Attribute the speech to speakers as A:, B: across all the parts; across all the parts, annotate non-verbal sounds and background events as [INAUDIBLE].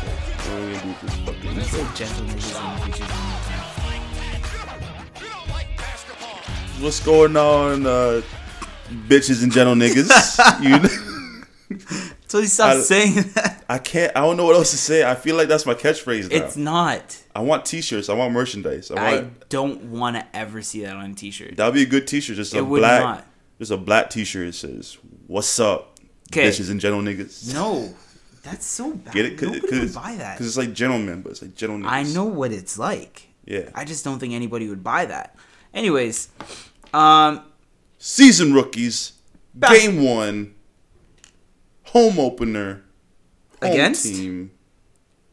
A: really lose this fucking.
B: Let's say gentlemen and bitches.
A: What's going on, uh, bitches and gentle
B: [LAUGHS]
A: niggas? you,
B: So he stopped
A: I-
B: saying that.
A: I can't. I don't know what else to say. I feel like that's my catchphrase now.
B: It's not.
A: I want T-shirts. I want merchandise. I want.
B: I don't want to ever see that on a T-shirt.
A: That'd be a good T-shirt. Just
B: It
A: a
B: would
A: black.
B: not.
A: Just a black T-shirt. It says, "What's up,
B: 'Kay.
A: bitches and gentle niggas."
B: No, that's so bad.
A: Get it?
B: Nobody would buy that.
A: Because it's like gentlemen, but it's like gentle niggas.
B: I know what it's like.
A: Yeah.
B: I just don't think anybody would buy that. Anyways, um,
A: Season rookies.
B: Bas-
A: Game one. Home opener. Home
B: Against?
A: team.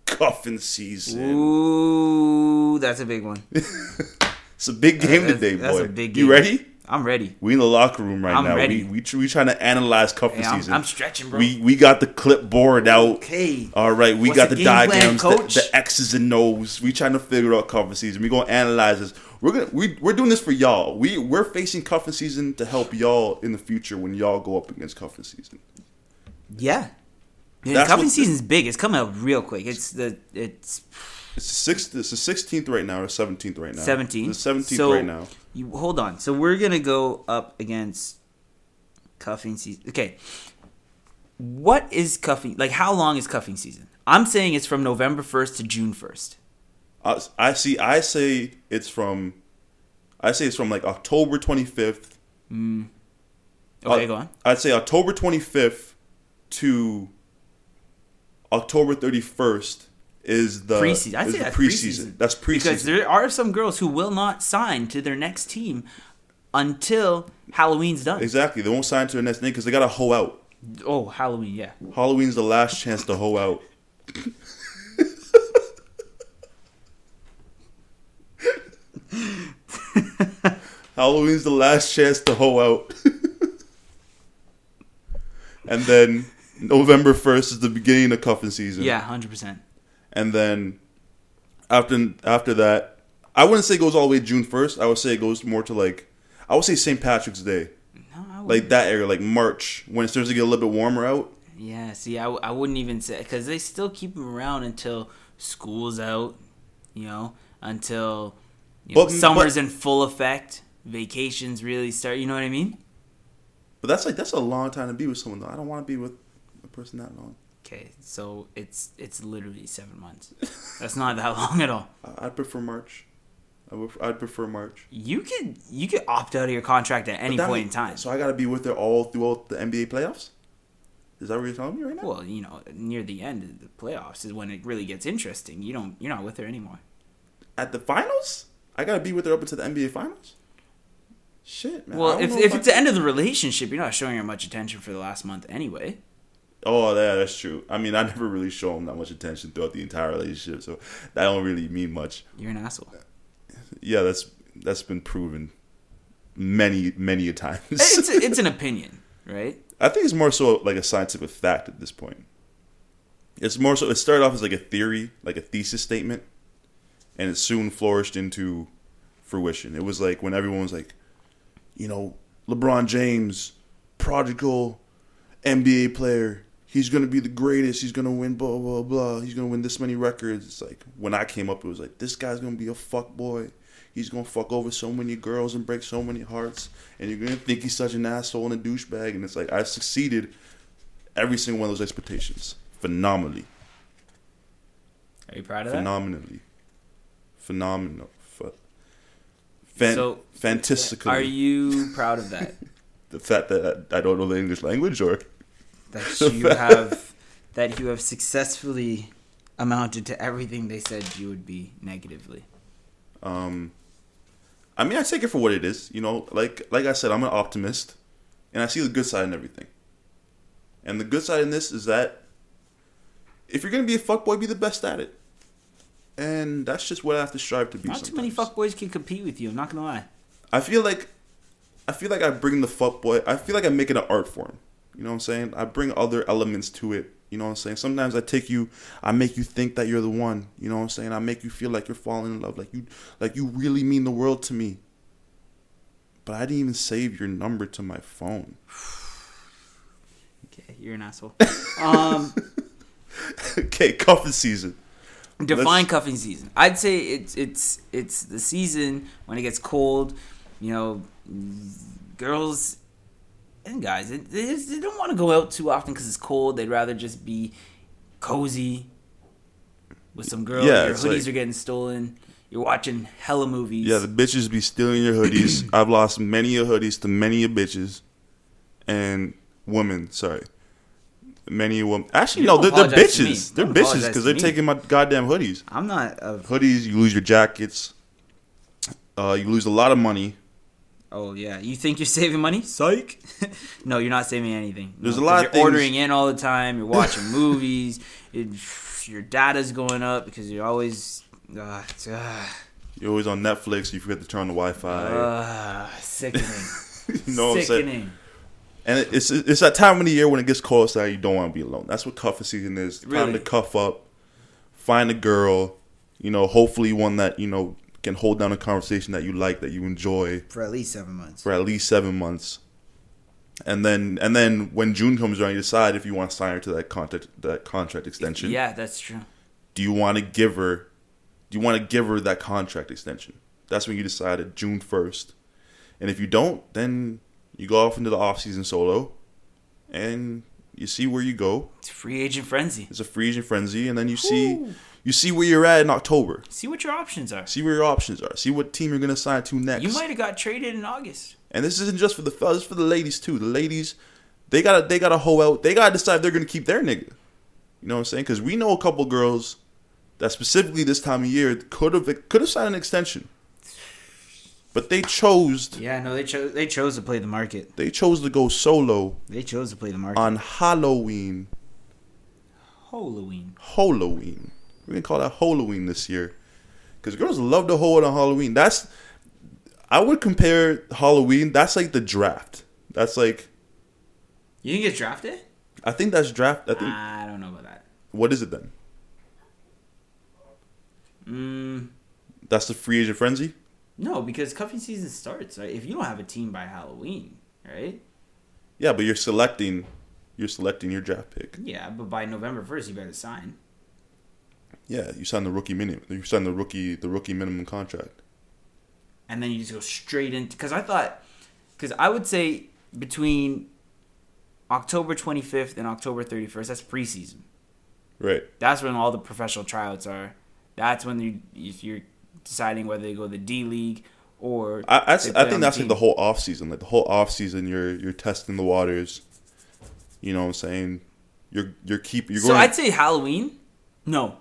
A: Cuffing season.
B: ooh, that's a big one.
A: It's a big game
B: That's-
A: today,
B: that's
A: boy.
B: a big
A: You
B: game.
A: ready?
B: I'm ready.
A: We in the locker room right
B: I'm
A: now.
B: ready.
A: We we tr- we trying to analyze cuffing
B: Hey, I'm-
A: season.
B: I'm stretching, bro.
A: We we got the clipboard out.
B: Okay.
A: All right, we
B: What's
A: got
B: the
A: the,
B: game plan,
A: diagrams,
B: coach?
A: the, the X's and O's. We trying to figure out cuffing season. We gonna analyze this. We're gonna we we're doing this for y'all. We we're facing cuffing season to help y'all in the future when y'all go up against cuffing season.
B: Yeah. Yeah,
A: That's
B: cuffing
A: what-
B: season's big. It's coming up real quick. It's the it's
A: It's the sixth. It's the sixteenth right now or seventeenth right now.
B: 17.
A: The seventeenth
B: So,
A: right now.
B: You hold on. So we're gonna go up against cuffing season. Okay. What is cuffing? Like, how long is cuffing season? I'm saying it's from November 1st to June 1st.
A: I, I see. I say it's from. I say it's from like October twenty fifth
B: Okay,
A: Uh,
B: go on.
A: I'd say October 25th to October 31st is the
B: Preseason. I'd
A: is
B: say
A: the
B: that's preseason.
A: That's
B: Because
A: preseason.
B: there are some girls who will not sign to their next team until Halloween's done.
A: exactly. They won't sign to their next name because they got to hoe out.
B: Oh, Halloween, yeah.
A: Halloween's the last chance to hoe out. [LAUGHS] Halloween's the last chance to hoe out. [LAUGHS] and then November 1st is the beginning of cuffing season.
B: Yeah, 100%.
A: and then after after that, I wouldn't say it goes all the way to June first. I would say it goes more to like I would say St. Patrick's Day,
B: No, I
A: like that area, like March when it starts to get a little bit warmer out.
B: Yeah, see, I, w- I wouldn't even say because they still keep them around until school's out, you know, until you know,
A: But-
B: summer's
A: but-
B: in full effect, vacations really start. You know what I mean?
A: But that's like that's a long time to be with someone though. I don't want to be with a person that long.
B: Okay, so it's it's literally seven months. [LAUGHS] That's not that long at all.
A: I, I'd prefer March. I would, I'd prefer March.
B: You could you could opt out of your contract at any
A: That
B: point
A: mean-
B: in time.
A: So I gotta be with her all throughout the NBA playoffs. Is that what you're telling me right now?
B: Well, you know, near the end of the playoffs is when it really gets interesting. You don't you're not with her anymore.
A: At the finals, I gotta be with her up until the NBA finals. Shit, man. I
B: Well,
A: don't
B: if
A: know
B: if
A: I
B: it's
A: can-
B: the end of the relationship, you're not showing her much attention for the last month anyway.
A: Oh, yeah, that's true. I mean, I never really show him that much attention throughout the entire relationship, so that don't really mean much.
B: You're an asshole.
A: Yeah, that's that's been proven many many a times.
B: it's, it's an opinion, right?
A: I think it's more so like a scientific fact at this point. It's more so it started off as like a theory, like a thesis statement, and it soon flourished into fruition. It was like when everyone was like, you know, LeBron James, prodigal NBA player. He's gonna be the greatest. He's gonna win blah blah blah. He's gonna win this many records. It's like when I came up, it was like this guy's gonna be a fuck boy. He's gonna fuck over so many girls and break so many hearts, and you're gonna think he's such an asshole and a douchebag. And it's like I succeeded every single one of those expectations phenomenally,
B: Are you proud of that?
A: phenomenally, phenomenal, fa- fan-
B: So,
A: fantastically.
B: Are you proud of that?
A: the fact that I I don't know the English language or
B: That you have that you have successfully amounted to everything they said you would be negatively.
A: Um, I mean, I take it for what it is. You know, like like I said, I'm an optimist, and I see the good side in everything. And the good side in this is that if you're gonna be a fuckboy, be the best at it. And that's just what I have to strive to be.
B: Not too many
A: sometimes.
B: fuckboys can compete with you. I'm not gonna lie.
A: I feel like, I feel like I bring the fuckboy. I feel like I make it an art form. You know what I'm saying? I bring other elements to it. You know what I'm saying? Sometimes I take you, I make you think that you're the one. You know what I'm saying? I make you feel like you're falling in love, like you, like you really mean the world to me. But I didn't even save your number to my phone. [LAUGHS]
B: Okay, you're an asshole. Um,
A: okay, cuffing season.
B: Define
A: Let's-
B: cuffing season. I'd say it's it's it's the season when it gets cold. You know, girls and guys they, they just- they don't want to go out too often because it's cold. They'd rather just be cozy with some girls.
A: Yeah,
B: Your
A: it's
B: hoodies
A: like-
B: are getting stolen. You're watching hella movies.
A: Yeah, the bitches be stealing your hoodies. I've lost many a hoodies to many a bitches and women. Sorry, many a women. Actually,
B: You
A: no,
B: don't
A: they're, they're
B: apologize to me.
A: bitches. They're
B: Don't
A: bitches
B: apologize
A: because
B: to
A: they're
B: me.
A: taking my goddamn hoodies.
B: I'm not a.
A: Hoodies, you lose your jackets. Uh, you lose a lot of money.
B: Oh yeah, you think you're saving money? Psych. [LAUGHS] no, you're not saving anything.
A: There's
B: No,
A: a lot
B: 'cause
A: of
B: You're
A: things-
B: ordering in all the time. You're watching movies. [LAUGHS] It, your data's going up because you're always uh, it's, uh,
A: You're always on Netflix. You forget to turn on the Wi-Fi.
B: uh, sickening.
A: [LAUGHS] you know what I'm saying?
B: sickening.
A: And it- it's it's that time of the year when it gets cold outside. You don't want to be alone. That's what cuffing season is. Time
B: Really?
A: to cuff up, find a girl. You know, hopefully one that you know can hold down a conversation that you like, that you enjoy
B: For at least seven months.
A: for at least seven months. And then and then when June comes around, you decide if you want to sign her to that contract that contract extension.
B: Yeah, that's true.
A: Do you want to give her? Do you want to give her that contract extension? That's when you decide at June first. And if you don't, then you go off into the off season solo, and you see where you go.
B: It's free agent frenzy.
A: It's a free agent frenzy, and then you see
B: Ooh.
A: you see where you're at in October.
B: See what your options are.
A: See where your options are. See what team you're gonna sign to next.
B: You might have got traded in August.
A: And this isn't just for the fellas, it's for the ladies too. The ladies, they gotta they gotta hoe out. They gotta decide if they're gonna keep their nigga. You know what I'm saying? Because we know a couple girls that specifically this time of year could have could have signed an extension, but they chose
B: Yeah, no, they chose they chose to play the market.
A: they chose to go solo
B: They chose to play the market.
A: on Halloween.
B: Halloween.
A: Halloween. We're gonna call that Halloween this year, because girls love to hoe out on Halloween. That's I would compare Halloween. That's like the draft. That's like
B: You didn't get drafted?
A: I think that's draft. I think
B: I don't know about that.
A: what is it then?
B: Mm,
A: That's the free agent frenzy.
B: no, because cuffing season starts. Right? If you don't have a team by Halloween, right?
A: Yeah, but you're selecting, you're selecting your draft pick.
B: Yeah, but by November first, you better sign.
A: Yeah, you sign the rookie minimum. You sign the rookie, the rookie minimum contract.
B: and then you just go straight into because I thought because I would say between October 25th and October 31st that's preseason.
A: Right.
B: That's when all the professional tryouts are. That's when you if you're deciding whether they go to the D League or
A: I I, I
B: they
A: think
B: play on
A: that's like the
B: team.
A: whole off season. Like the whole off season, you're you're testing the waters. You know what I'm saying? You're you're keep you're
B: So
A: going.
B: I'd say Halloween. No.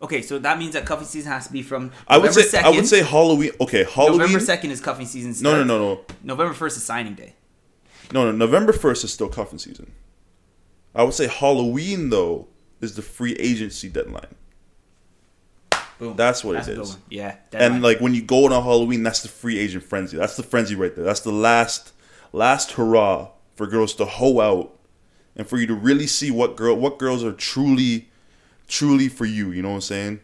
B: Okay, so that means that cuffing season has to be from November
A: I would say
B: 2nd.
A: I would say Halloween. Okay, Halloween.
B: November 2nd is cuffing season.
A: Oh, no, no,
B: start.
A: no, no,
B: November 1st is signing day.
A: no, no. November first is still cuffing season. I would say Halloween though is the free agency deadline,
B: Boom.
A: That's what it
B: a good
A: is.
B: one. Yeah.
A: and like when you go on a Halloween, that's the free agent frenzy. That's the frenzy right there. That's the last last hurrah for girls to hoe out, and for you to really see what girl what girls are truly truly for you. You know what I'm saying?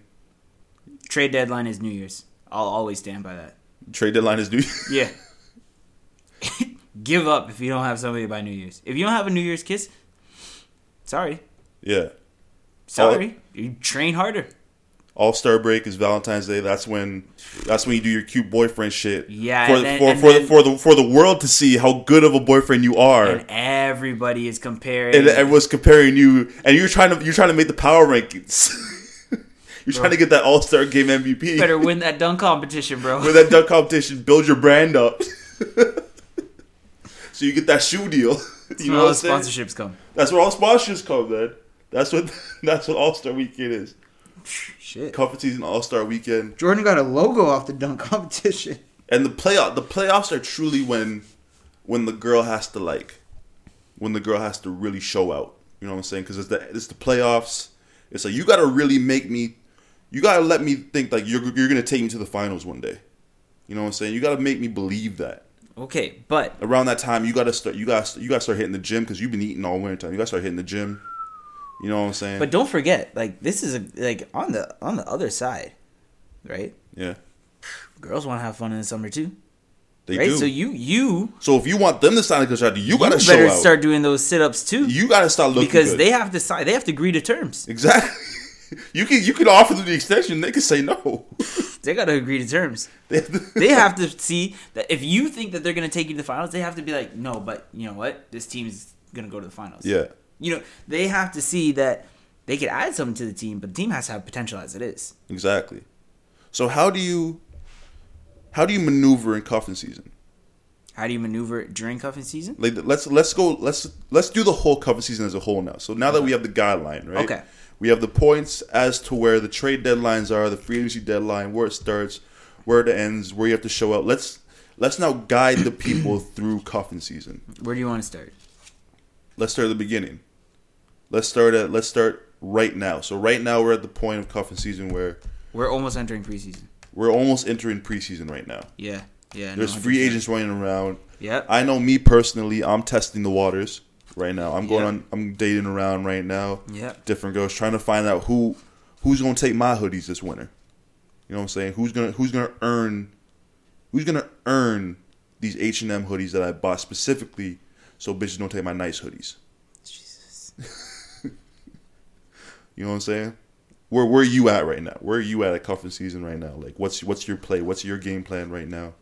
B: trade deadline is New Year's. I'll always stand by that.
A: Trade deadline is due. [LAUGHS]
B: Yeah. [LAUGHS] Give up if you don't have somebody by New Year's. If you don't have a New Year's kiss, sorry.
A: yeah.
B: Sorry.
A: Oh.
B: You train harder.
A: All Star break is Valentine's Day. That's when, that's when you do your cute boyfriend shit.
B: Yeah,
A: for
B: and then-
A: for
B: and
A: for, the,
B: then-
A: for the for the world to see how good of a boyfriend you are,
B: And everybody is comparing.
A: and everyone's comparing you, and you're trying to you're trying to make the power rankings. [LAUGHS] you're trying to get that All Star Game MVP.
B: better win that dunk competition, bro. [LAUGHS]
A: With that dunk competition, build your brand up, [LAUGHS] so you get that shoe deal. [LAUGHS]
B: you
A: you know what I'm saying?
B: sponsorships come.
A: That's where all sponsors come, man. That's what [LAUGHS] that's what All Star Weekend is.
C: Shit.
A: Conference season All Star Weekend.
C: Jordan got a logo off the dunk competition.
A: And the playoff the playoffs are truly when when the girl has to like when the girl has to really show out. You know what I'm saying? Because it's the it's the playoffs. It's like you gotta really make me. You gotta let me think like you're you're gonna take me to the finals one day. You know what I'm saying? You gotta make me believe that.
B: Okay, but
A: Around that time, you gotta start. You gotta you gotta start hitting the gym because you've been eating all winter time. You gotta start hitting the gym. You know what I'm saying?
B: but don't forget, like this is a like on the on the other side, right?
A: yeah,
B: Girls want to have fun in the summer too,
A: they
B: right?
A: do.
B: So
A: So,
B: you you,
A: if you want them to sign a contract, you
B: you
A: gotta show
B: better
A: out.
B: start doing those sit ups too,
A: you gotta start looking
B: because
A: good.
B: they have to sign. They have to agree to terms.
A: exactly. [LAUGHS] You can you can offer them the extension. They can say no. [LAUGHS]
B: They got to agree to terms.
A: They have to- [LAUGHS]
B: They have to see that if you think that they're going to take you to the finals, they have to be like, no, but you know what? This team's going to go to the finals.
A: yeah.
B: You know, they have to see that they could add something to the team, but the team has to have potential as it is.
A: Exactly. So how do you how do you maneuver in cuffing season?
B: How do you maneuver it during cuffing season?
A: Like let's let's go let's let's do the whole cuffing season as a whole now. So now that we have the guideline, right?
B: Okay.
A: We have the points as to where the trade deadlines are, the free agency deadline, where it starts, where it ends, where you have to show up. Let's let's now guide the people through cuffing season.
B: Where do you want to start?
A: Let's start at the beginning. Let's start at let's start right now. So right now we're at the point of cuffing season where
B: We're almost entering preseason.
A: we're almost entering preseason right now.
B: Yeah, yeah. no,
A: There's free
B: 100%.
A: agents running around.
B: Yep.
A: I know me personally, I'm testing the waters right now. I'm going
B: Yeah.
A: on I'm dating around right now.
B: Yeah.
A: Different girls trying to find out who who's going to take my hoodies this winter. You know what I'm saying? Who's going to who's going to earn who's going to earn these H&M hoodies that I bought specifically so bitches don't take my nice hoodies.
B: Jesus.
A: [LAUGHS] You know what I'm saying? Where where are you at right now? Where are you at at cuffing season right now? Like what's what's your play? What's your game plan right now?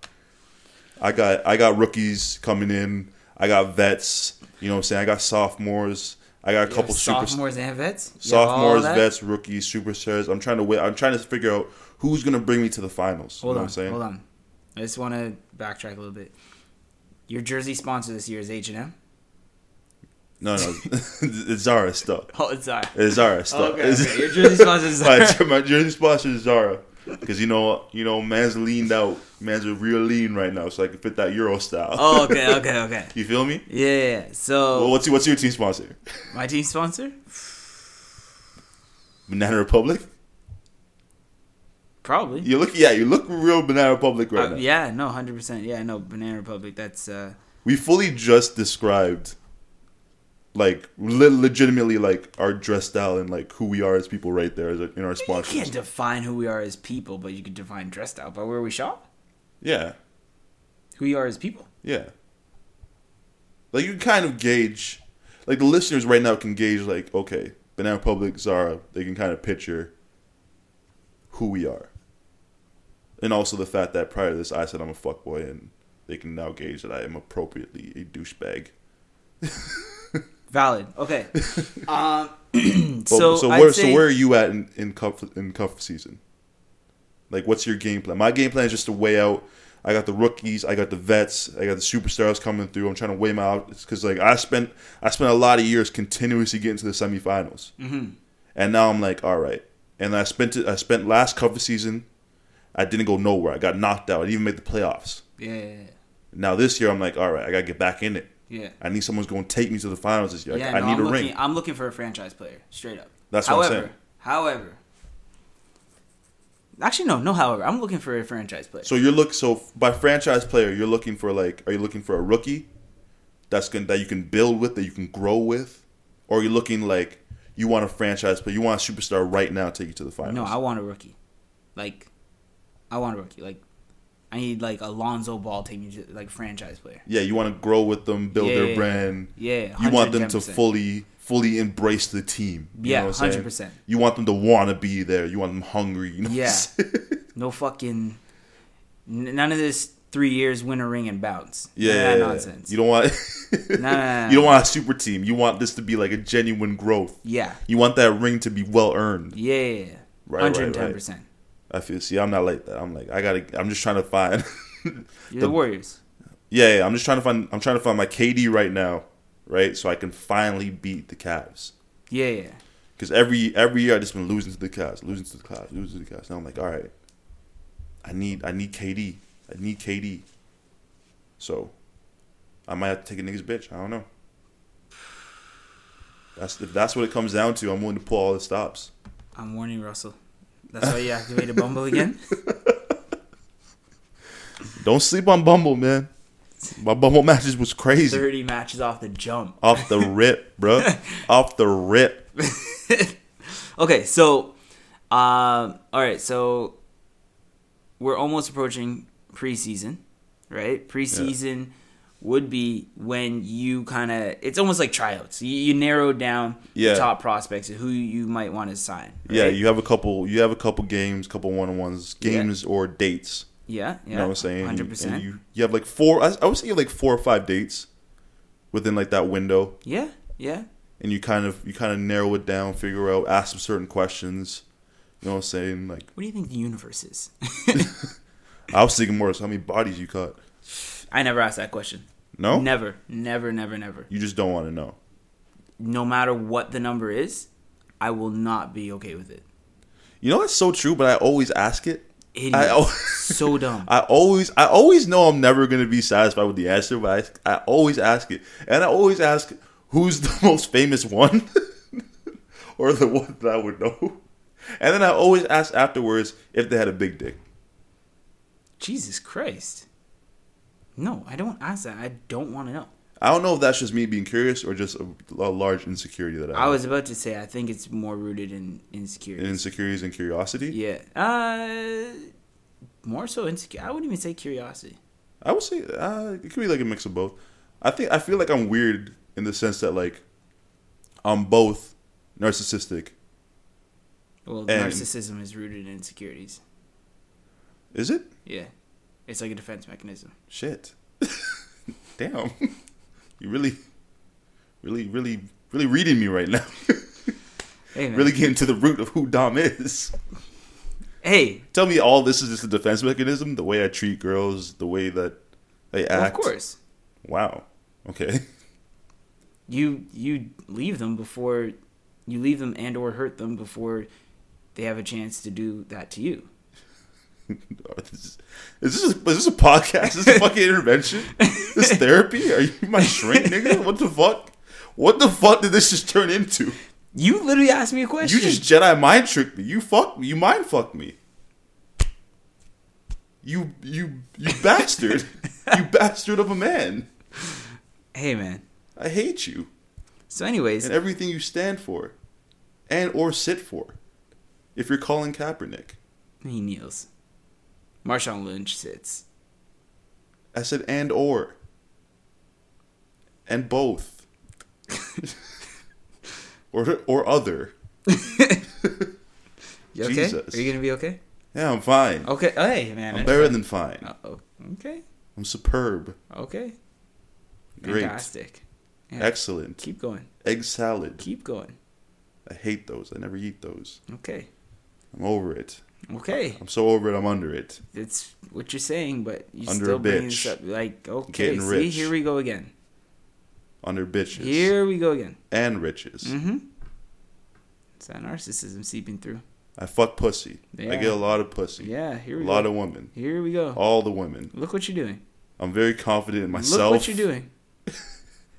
A: I got I got rookies coming in. I got vets. You know what I'm saying? I got sophomores. I got a couple super
B: sophomores and vets. You have all
A: sophomores,
B: that?
A: vets, rookies, superstars. I'm trying to wait. I'm trying to figure out who's gonna bring me to the finals.
B: Hold
A: you know what
B: on,
A: I'm saying?
B: hold on. I just want to backtrack a little bit. Your jersey sponsor this year is H and M.
A: No, no, [LAUGHS] it's Zara stuff.
B: [LAUGHS] Oh, it's Zara.
A: It's Zara stuff. [LAUGHS]
B: Okay, okay. Your jersey sponsor is Zara.
A: my, my jersey sponsor is Zara. Because you know, you know, man's leaned out. Man's a real lean right now, so I can fit that Euro style.
B: Oh, [LAUGHS] okay, okay, okay.
A: [LAUGHS] you feel me?
B: Yeah, yeah, yeah. So
A: Well, what's your, what's your team sponsor?
B: my team sponsor
A: Banana Republic.
B: probably.
A: You look, yeah, you look real Banana Republic right
B: Uh,
A: now.
B: yeah, no, hundred percent. Yeah, no, Banana Republic. That's uh,
A: We fully just described, like, le- legitimately, like our dress style and like who we are as people right there as a, in our
B: you
A: sponsors.
B: can't define who we are as people, but you could define dressed out by where we shop.
A: yeah,
B: Who you are as people.
A: Yeah. Like you can kind of gauge, like the listeners right now can gauge, like okay, Banana Republic, Zara, they can kind of picture who we are, and also the fact that prior to this, I said I'm a fuckboy, and they can now gauge that I am appropriately a douchebag.
B: Valid.
A: [LAUGHS]
B: Okay. um, [CLEARS THROAT]
A: But-
B: so
A: so
B: I'd
A: where
B: say-
A: so where are you at in in cuff in cuff season? Like, what's your game plan? My game plan is just to weigh out. I got the rookies, I got the vets, I got the superstars coming through. I'm trying to weigh them out because like I spent I spent a lot of years continuously getting to the semifinals,
B: Mm-hmm.
A: and now I'm like, all right. And I spent it. I spent last cuff season. I didn't go nowhere. I got knocked out. I didn't even make the playoffs.
B: Yeah, yeah,
A: Now this year, I'm like, all right, I gotta get back in it.
B: yeah. yeah.
A: I need someone's gonna take me to the finals this year. I-
B: yeah,
A: I
B: no,
A: need
B: I'm
A: a
B: looking,
A: ring.
B: I'm looking for a franchise player, straight up.
A: That's what I'm
B: however,
A: saying.
B: However, actually, no, no. However, I'm looking for a franchise player.
A: So you're look so by franchise player, you're looking for like, are you looking for a rookie that's going that you can build with, that you can grow with, or are you looking like you want a franchise player, you want a superstar right now to take you to the finals?
B: no, I want a rookie. Like, I want a rookie. Like, I need like Alonzo Ball taking to like franchise player.
A: yeah, you want to grow with them, build
B: Yeah, yeah,
A: their
B: yeah.
A: brand.
B: Yeah,
A: you want them to
B: 110%.
A: fully fully embrace the team. You
B: Yeah,
A: know what I'm saying?
B: 100%.
A: You want them to want to be there. You want them hungry. You know what I'm
B: Yeah.
A: saying? [LAUGHS]
B: No fucking. N- none of this three years win a ring and bounce. None
A: Yeah,
B: of
A: yeah,
B: that
A: yeah.
B: nonsense.
A: You don't want. [LAUGHS]
B: No, no, no,
A: You don't
B: no.
A: want a super team. You want this to be like a genuine growth.
B: Yeah,
A: You want that ring to be well earned.
B: yeah, yeah, yeah.
A: Right, right,
B: hundred
A: right.
B: and ten percent.
A: I feel. See, I'm not like that. I'm like I gotta. I'm just trying to find. [LAUGHS]
B: You're
A: The-
B: the Warriors.
A: yeah, yeah, I'm just trying to find. I'm trying to find my KD right now, right? So I can finally beat the Cavs.
B: Yeah, yeah.
A: Because every every year I just been losing to the Cavs, losing to the Cavs, losing to the Cavs. Now I'm like, all right, I need I need KD. I need KD. So I might have to take a nigga's bitch. I don't know. That's if that's what it comes down to. I'm willing to pull all the stops.
B: I'm warning Russell. That's why you activated
A: [LAUGHS]
B: Bumble again.
A: Don't sleep on Bumble, man. My Bumble [LAUGHS] matches was crazy.
B: Thirty matches off the jump.
A: Off
B: [LAUGHS]
A: the rip, bro. Off the rip.
B: okay, so, um, all right, so we're almost approaching preseason, right? Preseason, would be when you kind of it's almost like tryouts. You, you narrow down
A: Yeah.
B: the top prospects of who you might want to sign.
A: Yeah,
B: right?
A: you have a couple. You have a couple games, couple one on ones, games or dates.
B: yeah, yeah.
A: You know what I'm saying? And you-
B: Hundred
A: and
B: percent.
A: You you have like four. I, I would say you have like four or five dates within like that window,
B: Yeah, yeah.
A: and you kind of you kind of narrow it down, figure out, ask some certain questions. You know what I'm saying? Like
B: What do you think the
A: [LAUGHS]
B: universe is? [LAUGHS]
A: I was thinking more so how many bodies you caught.
B: I never asked that question.
A: No,
B: Never, never, never, never.
A: you just don't want to know.
B: No matter what the number is, I will not be okay with it.
A: You know that's so true, but I always ask it.
B: Idiot.
A: I oh. al- [LAUGHS]
B: so dumb.
A: I always I always know I'm never gonna be satisfied with the answer, but I, I always ask it, and I always ask who's the [LAUGHS] most famous one, [LAUGHS] or the one that I would know, and then I always ask afterwards if they had a big dick.
B: Jesus Christ. No, I don't ask that. I don't want to know.
A: I don't know if that's just me being curious or just a, a large insecurity that I,
B: I
A: have.
B: was about to say I think it's more rooted in
A: And
B: insecurity.
A: insecurities and curiosity.
B: Yeah. Uh more so insecure. I wouldn't even say curiosity.
A: I would say uh, it could be like a mix of both. I think I feel like I'm weird in the sense that like I'm both narcissistic.
B: Well,
A: And-
B: narcissism is rooted in insecurities.
A: Is it?
B: Yeah. It's like a defense mechanism.
A: Shit. [LAUGHS] Damn. You really, really, really, really reading me right now.
B: Hey, man.
A: really getting to the root of who Dom is.
B: Hey,
A: Tell me all this is just a defense mechanism? The way I treat girls, the way that they
B: well,
A: act.
B: of course.
A: Wow. Okay. [LAUGHS]
B: you you leave them before you leave them and or hurt them before they have a chance to do that to you.
A: This Is is this, a, is this a podcast? Is this a fucking intervention? This therapy? Are you my shrink, nigga? What the fuck? What the fuck did this just turn into?
B: You literally asked me a question.
A: You just Jedi mind tricked me. You fuck me. You mind fucked me. You you
B: [LAUGHS]
A: you bastard. you bastard of a man.
B: hey man.
A: I hate you
B: So anyways,
A: and everything you stand for, and or sit for. If you're calling Kaepernick,
B: he kneels. Marshawn Lynch sits.
A: I said and or. And
B: [LAUGHS]
A: both. or or other.
B: You okay?
A: Jesus.
B: Are you gonna be okay?
A: Yeah, I'm fine.
B: Okay. Oh, hey man.
A: I'm better than fine.
B: Uh oh. Okay.
A: I'm superb.
B: Okay.
A: Great.
B: Fantastic. Yeah.
A: Excellent.
B: Keep going.
A: Egg salad.
B: Keep going.
A: I hate those. I never eat those.
B: Okay.
A: I'm over it.
B: Okay.
A: I'm so over it. I'm under it.
B: It's what you're saying, but you
A: Under a
B: still bringing this
A: bitch.
B: up. Like, okay,
A: Getting
B: see,
A: rich.
B: here we go again.
A: Under bitches
B: Here we go again.
A: and riches.
B: Mm-hmm. It's that narcissism seeping through.
A: I fuck pussy. I
B: Yeah.
A: get a lot of pussy.
B: Yeah, here
A: a
B: we
A: lot
B: go.
A: of women.
B: here we go.
A: All the women.
B: Look what you're doing.
A: I'm very confident in
B: Look
A: myself
B: what you're doing.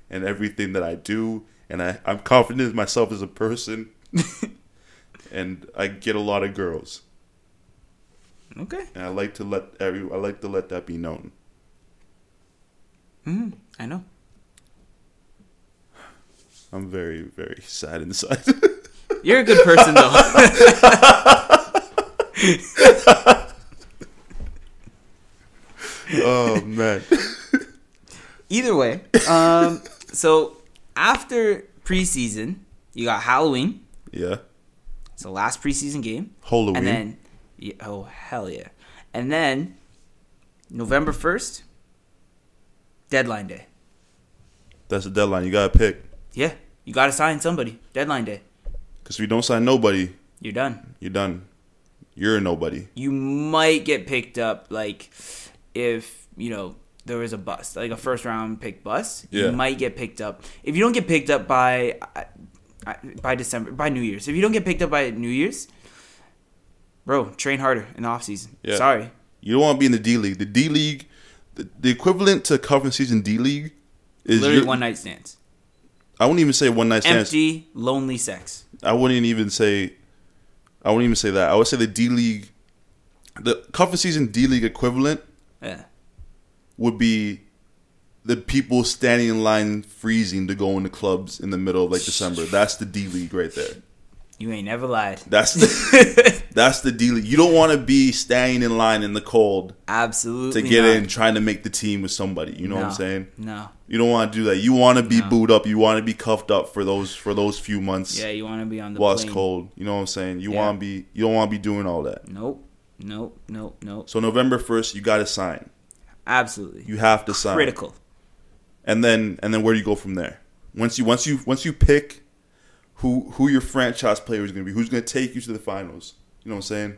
A: and everything that I do, and I I'm confident in myself as a
B: [LAUGHS]
A: person. and I get a lot of girls,
B: Okay.
A: and I like to let every I like to let that be known.
B: hmm I know.
A: I'm very very sad inside.
B: [LAUGHS] You're a good person, though. [LAUGHS]
A: oh
B: [LAUGHS]
A: man.
B: Either way, um, so after preseason, you got Halloween.
A: Yeah.
B: It's the last preseason game.
A: Halloween.
B: And then, yeah, oh, hell yeah. And then, November 1st, deadline day.
A: That's the deadline. You gotta pick
B: Yeah, you got to sign somebody. Deadline day.
A: because if you don't sign nobody,
B: You're done.
A: you're done. You're a nobody.
B: you might get picked up like if you know there was a bust like a first round pick bust
A: Yeah.
B: you might get picked up if you don't get picked up by I- I- by december by new year's if you don't get picked up by new year's bro train harder in the off season
A: Yeah.
B: sorry
A: You don't want to be in the D League. The D League, the, the equivalent to conference season D League is
B: literally
A: your-
B: one night stands
A: I wouldn't even say one night stands.
B: empty lonely sex
A: I wouldn't even say. I wouldn't even say that. I would say the D League, the conference season D League equivalent
B: yeah
A: would be the people standing in line freezing to go into clubs in the middle of like December. That's the D League right there.
B: You ain't never
A: [LAUGHS]
B: lied.
A: That's the, that's the deal. You don't want to be standing in line in the cold
B: Absolutely.
A: to get
B: not.
A: in, trying to make the team with somebody. You know what I'm
B: No.
A: saying?
B: No.
A: You don't want to do that. You want to be
B: No.
A: booed up. You want to be cuffed up for those for those few months
B: Yeah, you want to be on the
A: while
B: plane.
A: it's cold. You know what I'm saying? You
B: Yeah.
A: want to be. You don't want to be doing all that.
B: Nope. Nope. Nope. Nope.
A: So November first, you got to sign.
B: Absolutely.
A: You have to sign.
B: Critical.
A: and then and then where do you go from there? Once you once you once you pick who who your franchise player is going to be, who's going to take you to the finals? You know what I'm saying?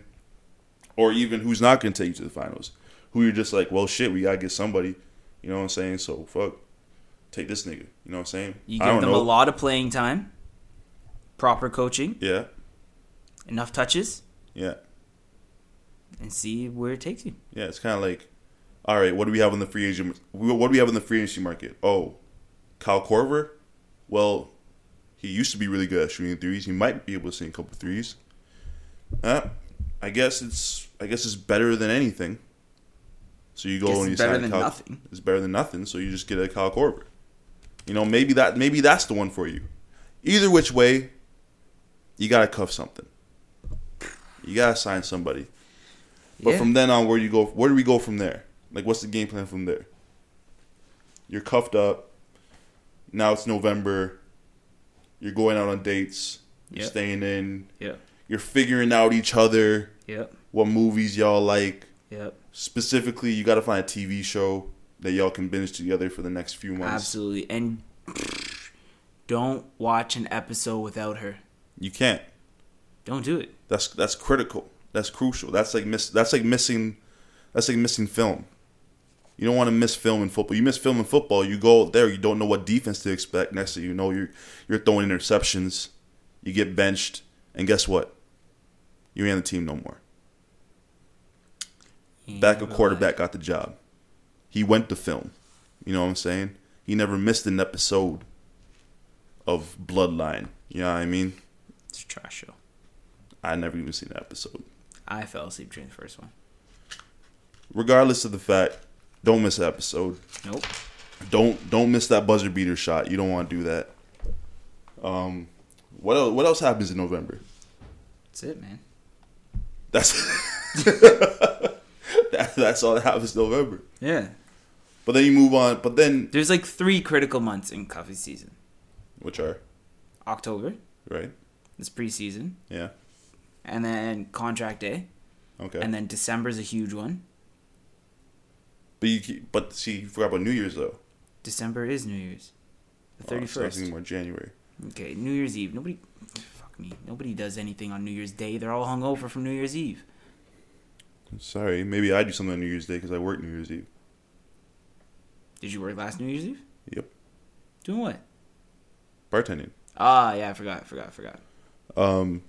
A: Or even who's not going to take you to the finals? Who you're just like, well, shit, we gotta get somebody. You know what I'm saying? So fuck, take this nigga. You know what I'm saying?
B: You
A: I
B: give
A: don't
B: them
A: know.
B: a lot of playing time, proper coaching,
A: Yeah,
B: enough touches,
A: yeah,
B: and see where it takes you.
A: yeah. It's kind of like, all right, what do we have on the free agent? What do we have in the free agency market? Oh, Kyle Corver. Well, he used to be really good at shooting threes. He might be able to sink a couple threes. Uh, I guess it's I guess it's better than anything. So you go
B: Guess
A: and you
B: it's better
A: sign a
B: than
A: Kyle,
B: nothing.
A: It's better than nothing. So you just get a Kyle Korver. You know, maybe that maybe that's the one for you. Either which way, you gotta cuff something. You gotta sign somebody. But
B: Yeah.
A: from then on, where do you go? Where do we go from there? Like, what's the game plan from there? You're cuffed up. Now it's November. You're going out on dates. You're
B: Yeah.
A: staying in.
B: Yep.
A: You're figuring out each other.
B: Yep.
A: What movies y'all like?
B: Yep.
A: Specifically, you got to find a TV show that y'all can binge together for the next few months.
B: Absolutely. And don't watch an episode without her.
A: You can't.
B: Don't do it.
A: That's that's critical. That's crucial. That's like miss. That's like missing. That's like missing film. You don't want to miss film in football. You miss film in football. You go out there. You don't know what defense to expect. Next thing you know, you're you're throwing interceptions. You get benched, and guess what? You ain't on the team no more.
B: Yeah,
A: Backup
B: but
A: quarterback got the job. He went to film. You know what I'm saying? He never missed an episode of Bloodline. You know what I mean?
B: It's a trash show.
A: I never even seen that episode.
B: I fell asleep during the first one.
A: Regardless of the fact, don't miss an episode.
B: Nope.
A: Don't don't miss that buzzer beater shot. You don't want to do that. Um, what else, what else happens in November?
B: That's it, man.
A: That's [LAUGHS] that, that's all that happens in November.
B: Yeah.
A: But then you move on. But then
B: There's like three critical months in coffee season.
A: which are
B: October,
A: right?
B: is preseason,
A: Yeah.
B: and then contract day,
A: Okay.
B: and then December's a huge one.
A: but you keep- but see you forgot about New Year's though.
B: December is New Year's, the
A: Oh, so I
B: thirty
A: was
B: first.
A: thinking more January.
B: okay, New Year's Eve. Nobody, fuck me. Nobody does anything on New Year's Day. They're all hungover from New Year's Eve.
A: Sorry, maybe I do something on New Year's Day because I work New Year's Eve.
B: Did you work last New Year's Eve?
A: Yep.
B: Doing what?
A: Bartending.
B: Ah, yeah, I forgot, forgot, forgot.
A: Um,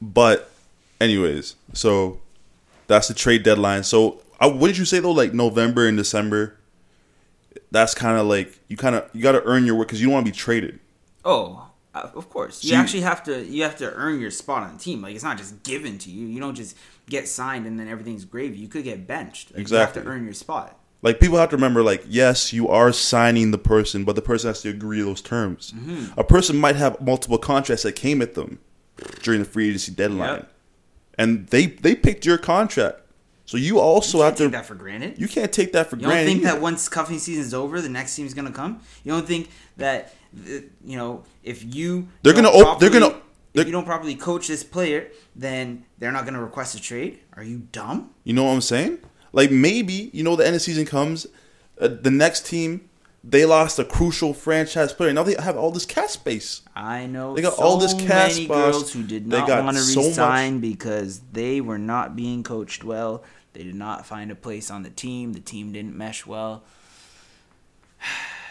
A: but, anyways, so that's the trade deadline. So, I, what did you say though? Like November and December. That's kind of like you kind of you got to earn your work because you don't want to be traded.
B: Oh, uh, of course. You
A: So you-
B: actually have to. You have to earn your spot on the team. Like it's not just given to you. You don't just get signed and then everything's gravy. You could get benched. Like,
A: Exactly.
B: You have to earn your spot.
A: Like people have to remember, like yes, you are signing the person, but the person has to agree to those terms.
B: Mm-hmm.
A: A person might have multiple contracts that came at them during the free agency deadline,
B: Yep.
A: and they they picked your contract, so you also
B: You
A: have
B: can't
A: to.
B: take that for granted.
A: you can't take that for
B: You don't
A: granted.
B: think
A: either.
B: that once cuffing season's over, the next team's gonna come. You don't think that th- you know if you
A: They're
B: don't
A: gonna op- they're
B: properly-
A: gonna- they're-
B: if you don't properly coach this player, then they're not gonna request a trade. Are you dumb?
A: You know what I'm saying? Like maybe you know the end of season comes, uh, the next team they lost a crucial franchise player. Now they have all this cap space.
B: I know
A: They got
B: so
A: all this cash
B: many
A: box.
B: girls who did
A: They
B: not
A: got
B: want to
A: so much-
B: resign because they were not being coached well. They did not find a place on the team. The team didn't mesh well. [SIGHS]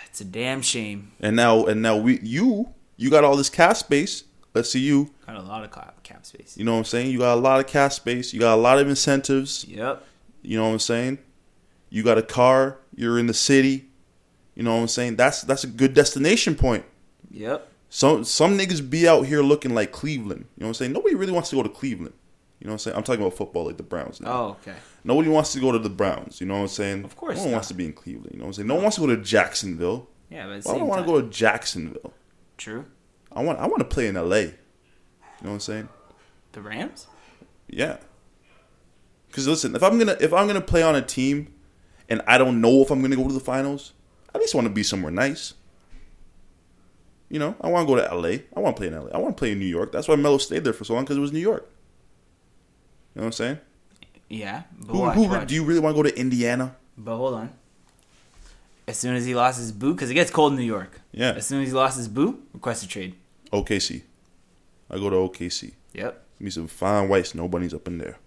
B: It's a damn shame.
A: And now and now we you you got all this cap space. Let's see you.
B: Got a lot of ca- cap space.
A: You know what I'm saying? You got a lot of cap space. You got a lot of incentives.
B: Yep.
A: You know what I'm saying? You got a car. You're in the city. You know what I'm saying? That's that's a good destination point.
B: Yep.
A: Some some niggas be out here looking like Cleveland. You know what I'm saying? Nobody really wants to go to Cleveland. You know what I'm saying? I'm talking about football, like the Browns. Now.
B: Oh, okay.
A: Nobody wants to go to the Browns. You know what I'm saying?
B: Of course
A: No one
B: not.
A: wants to be in Cleveland. You know what I'm saying? No one wants to go to Jacksonville.
B: Yeah, but at the
A: Well, I
B: same
A: don't want
B: time-
A: to go to Jacksonville.
B: True.
A: I want I want to play in L.A. You know what I'm saying?
B: The Rams?
A: Yeah. Because listen, if I'm gonna if I'm gonna play on a team, and I don't know if I'm gonna go to the finals, I at least want to be somewhere nice. You know, I want to go to LA. I want to play in LA. I want to play in New York. That's why Melo stayed there for so long because it was New York. You know what I'm saying?
B: Yeah. But,
A: Who,
B: watch,
A: who
B: watch.
A: do you really want to go to Indiana?
B: but hold on. As soon as he lost his boo, because it gets cold in New York.
A: Yeah.
B: As soon as he lost his boo, request a trade.
A: OKC. I go to OKC.
B: Yep.
A: Give me some fine white snow bunnies up in there.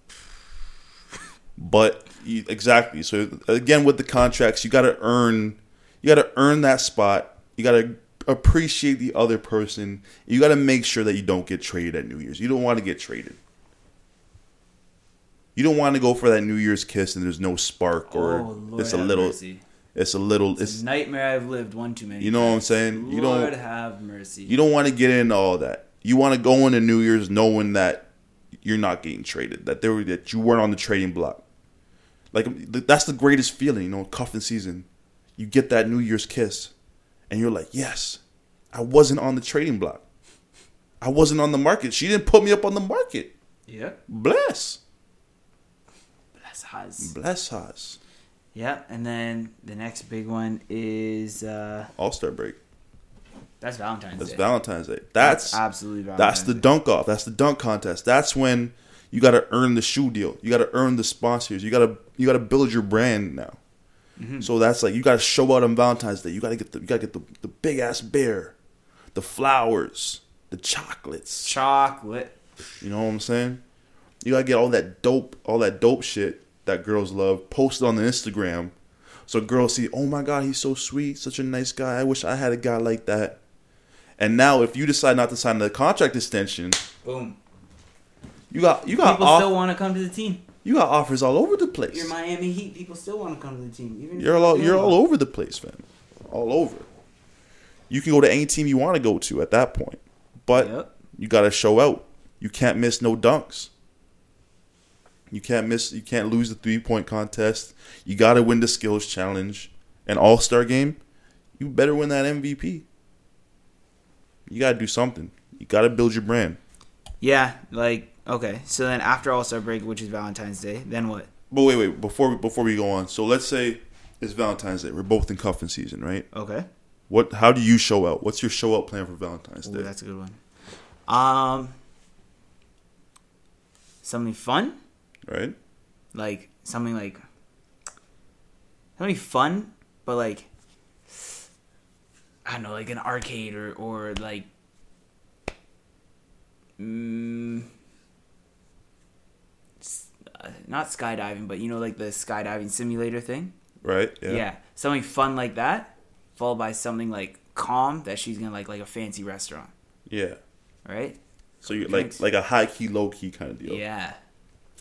A: But you- exactly. So again, with the contracts, you got to earn. You got to earn that spot. You got to appreciate the other person. You got to make sure that you don't get traded at New Year's. You don't want to get traded. You don't want to go for that New Year's kiss and there's no spark or
B: oh, Lord
A: it's a
B: have
A: little.
B: mercy.
A: It's a little.
B: It's
A: It's
B: a nightmare I've lived one too many.
A: you know what I'm saying.
B: Lord
A: You don't.
B: have mercy.
A: You don't want to get into all that. You want to go into New Year's knowing that you're not getting traded, that there were, that you weren't on the trading block. Like th- that's the greatest feeling, you know, cuffing season. You get that New Year's kiss, and you're like, yes, I wasn't on the trading block. I wasn't on the market. She didn't put me up on the market.
B: Yep.
A: Bless,
B: Bless us.
A: bless us.
B: Yep. And then the next big one is uh
A: All Star break.
B: that's Valentine's
A: That's
B: Day.
A: Valentine's Day. That's
B: absolutely Valentine's
A: That's the
B: Day.
A: dunk off. That's the dunk contest. That's when you got to earn the shoe deal. You got to earn the sponsors. You got to you got to build your brand now. So that's like you got to show out on Valentine's Day. You got to get the you got to get the, the big ass bear, the flowers, the chocolates.
B: chocolate.
A: You know what I'm saying? You got to get all that dope, all that dope shit that girls love posted on the Instagram. So girls see, "Oh my god, he's so sweet, such a nice guy. I wish I had a guy like that." And now if you decide not to sign the contract extension,
B: Boom.
A: you got you got
B: People
A: off,
B: still want to come to the team.
A: you got offers all over the place.
B: Your
A: You're,
B: Miami Heat people still want to come to the team. Even if
A: all
B: they
A: you're
B: don't.
A: all over the place, fam. All over. You can go to any team you want to go to at that point, but
B: Yep.
A: you got to show out. You can't miss no dunks. You can't miss. You can't lose the three point contest. You got to win the skills challenge, an All Star game. You better win that MVP. You got to do something. You got to build your brand.
B: Yeah, like okay. So then after All Star break, which is Valentine's Day, then what?
A: But wait, wait. Before before we go on, so let's say it's Valentine's Day. We're both in cuffing season, right?
B: Okay,
A: What? How do you show out? What's your show out plan for Valentine's
B: Ooh,
A: Day?
B: that's a good one. Um, something fun,
A: right?
B: like something like something fun, but like I don't know, like an arcade or or like. Mm, s- uh, not skydiving, but you know, like the skydiving simulator thing.
A: Right.
B: Yeah. Something fun like that, followed by something like calm that she's gonna like, like a fancy restaurant,
A: Yeah.
B: right?
A: So you
B: Drinks.
A: like like a high key, low key kind of deal.
B: Yeah.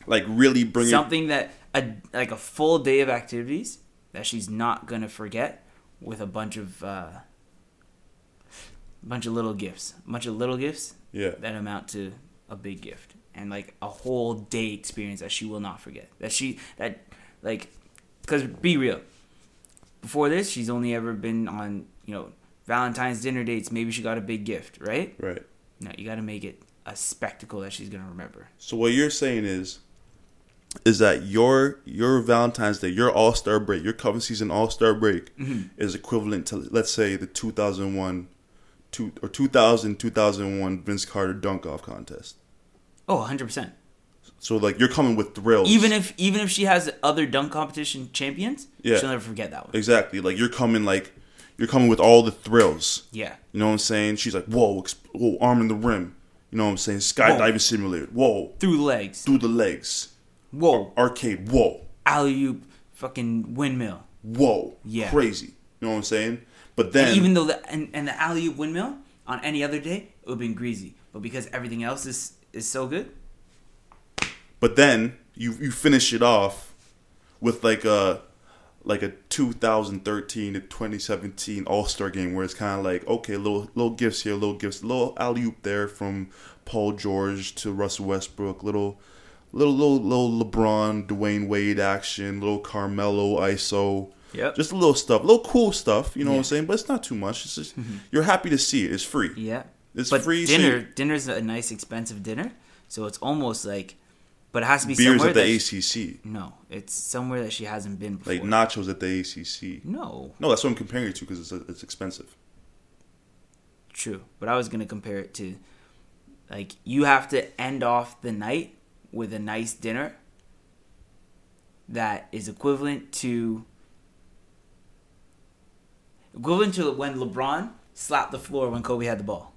A: Like really bring it.
B: something that a like a full day of activities that she's not gonna forget with a bunch of uh, bunch of little gifts, bunch of little gifts
A: Yeah.
B: that amount to a big gift and like a whole day experience that she will not forget. That she that like because be real. Before this, she's only ever been on you know Valentine's dinner dates. Maybe she got a big gift, right?
A: Right.
B: No, you got to make it a spectacle that she's gonna remember.
A: So what you're saying is, is that your your Valentine's Day, your All Star break, your cover season All Star break,
B: Mm-hmm.
A: is equivalent to let's say the 2001, two or 2000 2001 Vince Carter dunk off contest.
B: Oh, 100 percent.
A: So like you're coming with thrills.
B: Even if even if she has other dunk competition champions,
A: Yeah.
B: she'll never forget that one.
A: exactly like you're coming like you're coming with all the thrills.
B: Yeah.
A: You know what I'm saying? She's like, whoa, exp- whoa, arm in the rim. You know what I'm saying? Skydiving simulator. Whoa,
B: Through the legs.
A: through the legs.
B: Whoa.
A: Arcade. Whoa,
B: Alley oop fucking windmill.
A: whoa.
B: Yeah.
A: Crazy. You know what I'm saying? But then,
B: And even though the and, and the alley oop windmill on any other day it would have been greasy. But because everything else is is so good,
A: but then you you finish it off with like a like a 2013 to 2017 All Star game where it's kind of like okay, little little gifts here, little gifts, little alley oop there from Paul George to Russell Westbrook, little little little little LeBron, Dwayne Wade action, little Carmelo ISO.
B: Yep.
A: Just a little stuff, little cool stuff, you know what I'm saying? But it's not too much. It's just you're happy to see it. It's free.
B: Mm-hmm. yeah.
A: It's
B: but
A: free
B: dinner
A: shit.
B: dinner's a nice expensive dinner, so it's almost like, but it has to be
A: beers
B: somewhere
A: at the
B: that she-
A: ACC,
B: no, it's somewhere that she hasn't been before.
A: like nachos at the ACC.
B: no,
A: No, that's what I'm comparing it to because it's it's expensive.
B: true. But I was gonna compare it to, like you have to end off the night with a nice dinner. That is equivalent to equivalent to when LeBron slapped the floor when Kobe had the ball.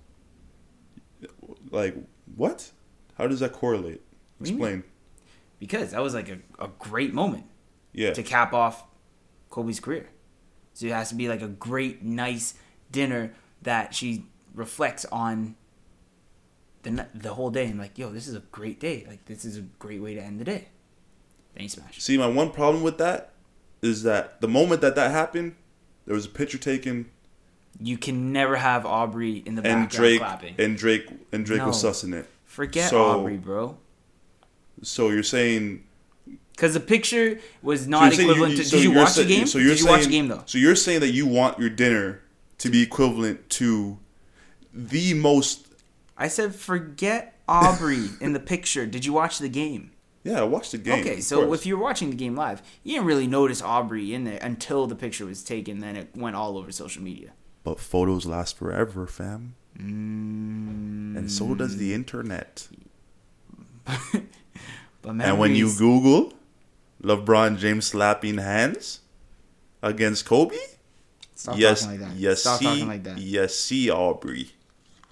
A: Like what? How does that correlate?
B: What do you
A: Explain.
B: because that was like a, a great moment
A: Yeah.
B: to cap off Kobe's career. So it has to be like a great, nice dinner that she reflects on the n- the whole day and like, yo, this is a great day. Like this is a great way to end the day. Then you smash.
A: See, my one problem with that is that the moment that that happened, there was a picture taken
B: You can never have Aubrey in the background
A: and Drake
B: clapping.
A: and Drake and Drake was
B: No.
A: sussing it.
B: Forget
A: so-
B: Aubrey, bro.
A: So you're saying
B: Because the picture was
A: so you're
B: not
A: saying
B: equivalent
A: you-
B: to.
A: so
B: did you
A: you're
B: watch
A: say-
B: the game?
A: So you're
B: did you
A: saying,
B: watch the game though?
A: So you're saying that you want your dinner to be equivalent to the most.
B: I said forget Aubrey in the picture. Did you watch the game?
A: Yeah, I watched the game.
B: Okay,
A: of
B: so
A: course.
B: if you were watching the game live, you didn't really notice Aubrey in there until the picture was taken. Then it went all over social media. [LAUGHS]
A: but photos last forever, fam,
B: Mm,
A: and so does the internet.
B: but
A: And when you
B: memories-
A: Google LeBron James slapping hands against Kobe,
C: Stop
A: yes,
C: talking like that.
A: yes,
C: Stop
A: see,
C: talking like that.
A: yes, see Aubrey,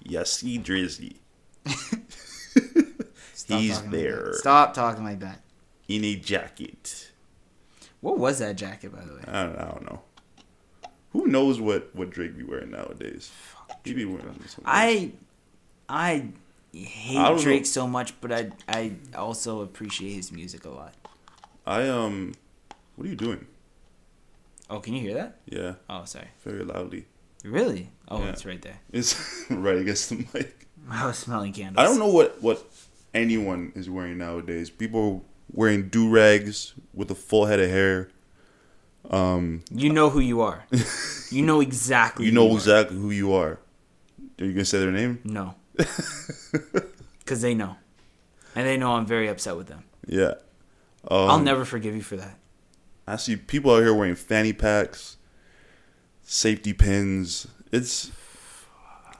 A: yes, see
C: [LAUGHS]
A: Drizzy.
C: Stop
A: He's
C: talking like that.
A: there.
C: Stop talking like that.
A: in a jacket.
B: what was that jacket by the way?
A: I don't, I don't know. Who knows what what Drake be wearing nowadays? He be wearing some-
B: I I
A: I don't
B: hate
A: know.
B: Drake so much, but I I also appreciate his music a lot.
A: I um. What are you doing?
B: Oh, can you hear that?
A: Yeah,
B: Oh, sorry.
A: very loudly.
B: Really? Oh,
A: Yeah.
B: it's right there. [LAUGHS]
A: It's [LAUGHS] right against the mic.
B: I was smelling candles.
A: I don't know what what anyone is wearing nowadays. People wearing do rags with a full head of hair. Um,
B: You know who you
A: [LAUGHS]
B: are. you know exactly.
A: you
B: who
A: know
B: are.
A: exactly who you are. Are you gonna say their name?
B: No. [LAUGHS] Because they know. And they know I'm very upset with them.
A: Yeah. Um,
B: I'll never forgive you for that.
A: I see people out here wearing fanny packs, safety pins. It's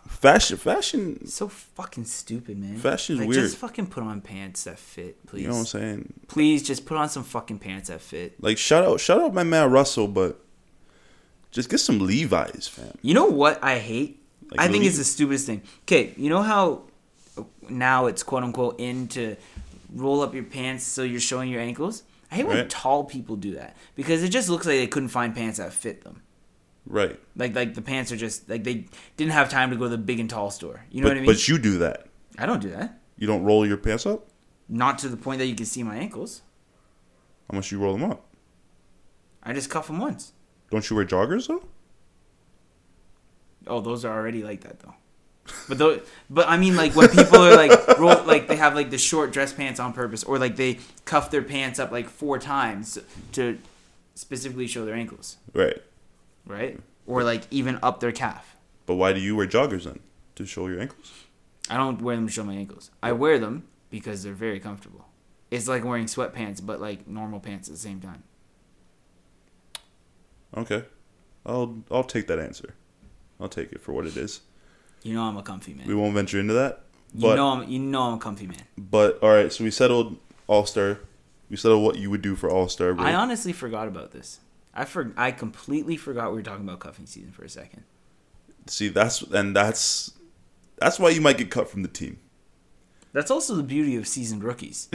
A: fashion. Fashion.
B: It's so fucking stupid, man.
A: Fashion's
B: like,
A: weird.
B: Just fucking put on pants that fit, please.
A: You know what I'm saying?
B: Please just put on some fucking pants that fit.
A: Like shout out, shout out my man Russell, but just get some Levi's, fam.
B: You know what I hate?
A: Like,
B: I think
A: really-
B: it's the stupidest thing. Okay, you know how now it's quote unquote in to roll up your pants so you're showing your ankles? I hate when
A: Right.
B: tall people do that because it just looks like they couldn't find pants that fit them.
A: Right.
B: Like like the pants are just like they didn't have time to go to the big and tall store. You know
A: but
B: what I mean?
A: but you do that.
B: I don't do that.
A: You don't roll your pants up.
B: Not to the point that you can see my ankles.
A: How much you roll them up?
B: I just cuff them once.
A: Don't you wear joggers though?
B: Oh, those are already like that though. But though, but I mean, like when people
A: [LAUGHS]
B: are like roll, like they have like the short dress pants on purpose, or like they cuff their pants up like four times to specifically show their ankles,
A: Right.
B: right? Or like even up their calf.
A: But why do you wear joggers then? To show your ankles?
B: I don't wear them to show my ankles. I wear them because they're very comfortable. It's like wearing sweatpants, but like normal pants at the same time.
A: Okay. I'll I'll take that answer. I'll take it for what it is.
B: You know I'm a comfy man.
A: We won't venture into that.
B: You
A: But
B: know I'm you know I'm a comfy man.
A: But all right, so we settled All Star. We settled what you would do for All Star.
B: I honestly forgot about this. I for, I completely forgot we were talking about cuffing season for a second.
A: See, that's and that's that's why you might get cut from the team.
B: That's also the beauty of
A: [LAUGHS]
B: seasoned rookies.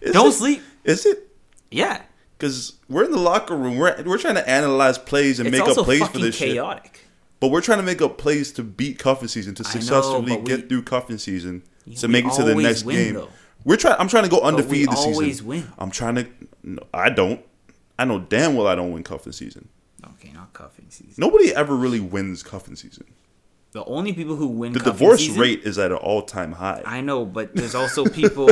A: Is
B: Don't
A: it?
B: sleep.
A: Is it?
B: Yeah,
A: Because we're in the locker room. We're we're trying to analyze plays and
B: it's
A: make
B: also
A: up plays for
B: fucking
A: this shit.
B: chaotic.
A: But we're trying to make up plays to beat cuffing season to
B: I know,
A: successfully
B: but we-
A: get through cuffing season
B: Yeah,
A: to
B: we
A: make it to the
B: always
A: next
B: win,
A: game.
B: though.
A: We're trying. I'm trying to go undefeated
B: we
A: this season.
B: always win.
A: I'm trying to. No, I don't. I know damn well I don't win cuffing season.
B: Okay, not cuffing season.
A: Nobody ever really wins cuffing season.
B: The only people who win
A: The
B: cuffing
A: divorce
B: season-
A: rate is at an all time high.
B: I know, but there's
A: [LAUGHS]
B: also people,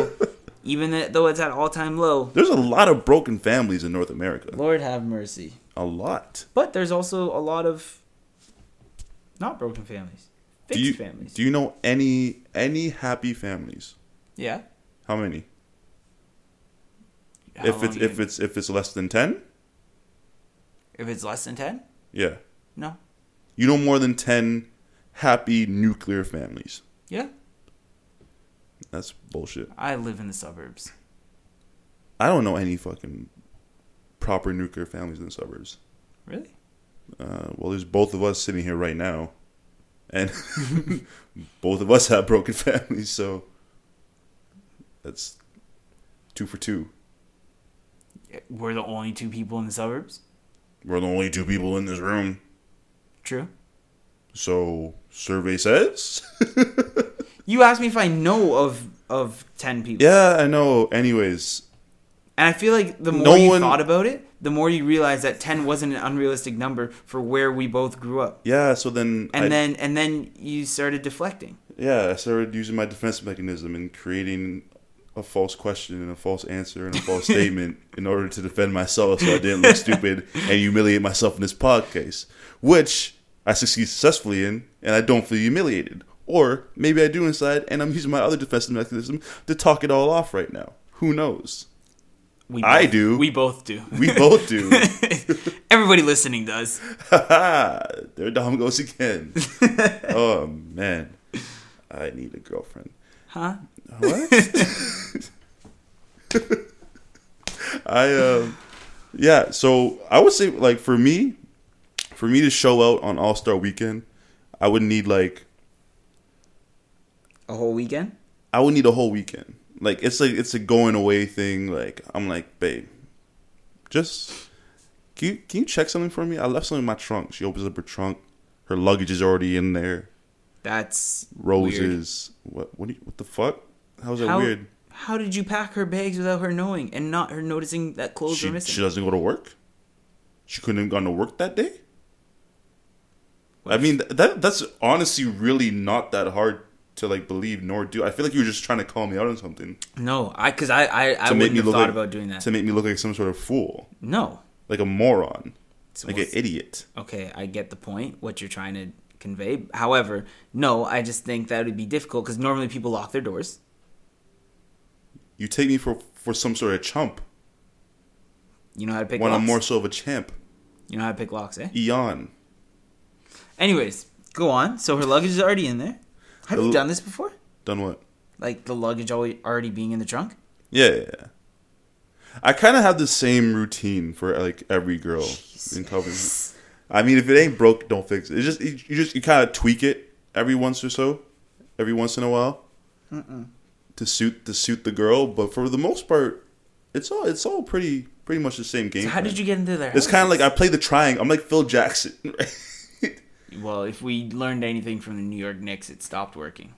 B: even th- though it's at all time low.
A: There's a lot of broken families in North America.
B: Lord have mercy.
A: A lot.
B: But there's also a lot of not broken families.
A: do
B: Fixed
A: you
B: families.
A: do you know any any happy families?
B: yeah.
A: How many?
B: How
A: if it's
B: long
A: if
B: you-
A: it's if it's less than ten,
B: if it's less than ten,
A: yeah,
B: no.
A: you know more than ten happy nuclear families.
B: Yeah,
A: That's bullshit.
B: I live in the suburbs.
A: I don't know any fucking proper nuclear families in the suburbs.
B: Really?
A: Uh, well, there's both of us sitting here right now, and [LAUGHS] both of us have broken [LAUGHS] families, so that's two for two.
B: We're the only two people in the suburbs.
A: We're the only two people in this room,
B: True.
A: so survey says. [LAUGHS]
B: You asked me if I know of of ten people.
A: yeah, I know. Anyways,
B: And I feel like the more
A: No
B: you
A: one-
B: thought about it, the more you realize that ten wasn't an unrealistic number for where we both grew up.
A: yeah. So then,
B: And
A: I,
B: then and then you started deflecting.
A: yeah, I started using my defense mechanism and creating a false question and a false answer and a false statement in order to defend myself so I didn't look stupid and humiliate myself in this podcast, which I succeed successfully in and I don't feel humiliated. Or maybe I do inside and I'm using my other defensive mechanism to talk it all off right now. Who knows?
B: We
A: I
B: both-
A: do.
B: We both do. [LAUGHS]
A: We both [LAUGHS] do.
B: Everybody listening does.
A: there Dom goes again. oh man. I need a girlfriend.
B: Huh?
A: What? [LAUGHS] I um yeah, so I would say like for me for me to show out on All Star Weekend, I would need like
B: A whole weekend?
A: I would need a whole weekend. Like it's like it's a going away thing. Like I'm like, babe, just can you can you check something for me? I left something in my trunk. She opens up her trunk. Her luggage is already in there.
B: That's weird.
A: Roses. What what do you, what the fuck? How's that
B: How,
A: weird?
B: how did you pack her bags without her knowing and not her noticing that clothes were
A: She,
B: missing?
A: she doesn't go to work. She couldn't have gone to work that day. I
B: What?
A: mean th- that that's honestly really not that hard to like believe nor do. I feel like you were just trying to call me out on something
B: No, I because I I, I
A: to
B: wouldn't have
A: look
B: thought
A: like,
B: about doing that.
A: to make me look like some sort of fool,
B: no,
A: like a moron.
B: It's
A: like
B: almost-
A: an idiot.
B: okay, I get the point what you're trying to convey. However, no, I just think that would be difficult because normally people lock their doors.
A: You take me for for some sort of chump
B: You know how to pick
A: when
B: locks.
A: I'm more so of a champ.
B: You know how to pick locks, eh?
A: Eon.
B: Anyways, go on. So her luggage is already in there. Have
A: The
B: you
A: l-
B: done this before?
A: Done what?
B: Like the luggage alwa- already being in the trunk?
A: Yeah, yeah, yeah. I kind of have the same routine for like every girl in Covington. I mean, if it ain't broke, don't fix it. It's just you you just you kind of tweak it every once or so, every once in a while, to suit to suit the girl. But for the most part, it's all it's all pretty pretty much the same game.
B: So how
A: plan.
B: did you get into there?
A: It's kind of like I play the triangle. I'm like Phil Jackson. [LAUGHS] Right?
B: Well, if we learned anything from the New York Knicks, it stopped working.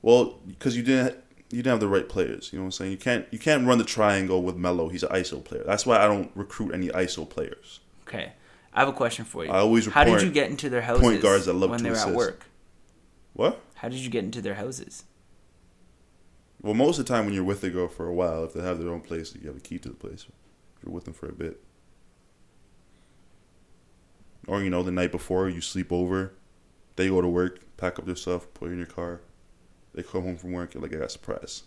A: Well, because you didn't you didn't have the right players. You know what I'm saying? You can't you can't run the triangle with Melo. He's an ISO player. That's why I don't recruit any ISO players.
B: Okay, I have a question for you.
A: I always
B: How did
A: report
B: you get into their houses
A: guards that love
B: when
A: to
B: they were at
A: assist.
B: work?
A: What?
B: How did you get into their houses?
A: Well, most of the time when you're with a girl for a while, if they have their own place, you have a key to the place. You're with them for a bit. Or you know, the night before you sleep over, they go to work, pack up their stuff, put it in your car. They come home from work, you're like, I got a surprise.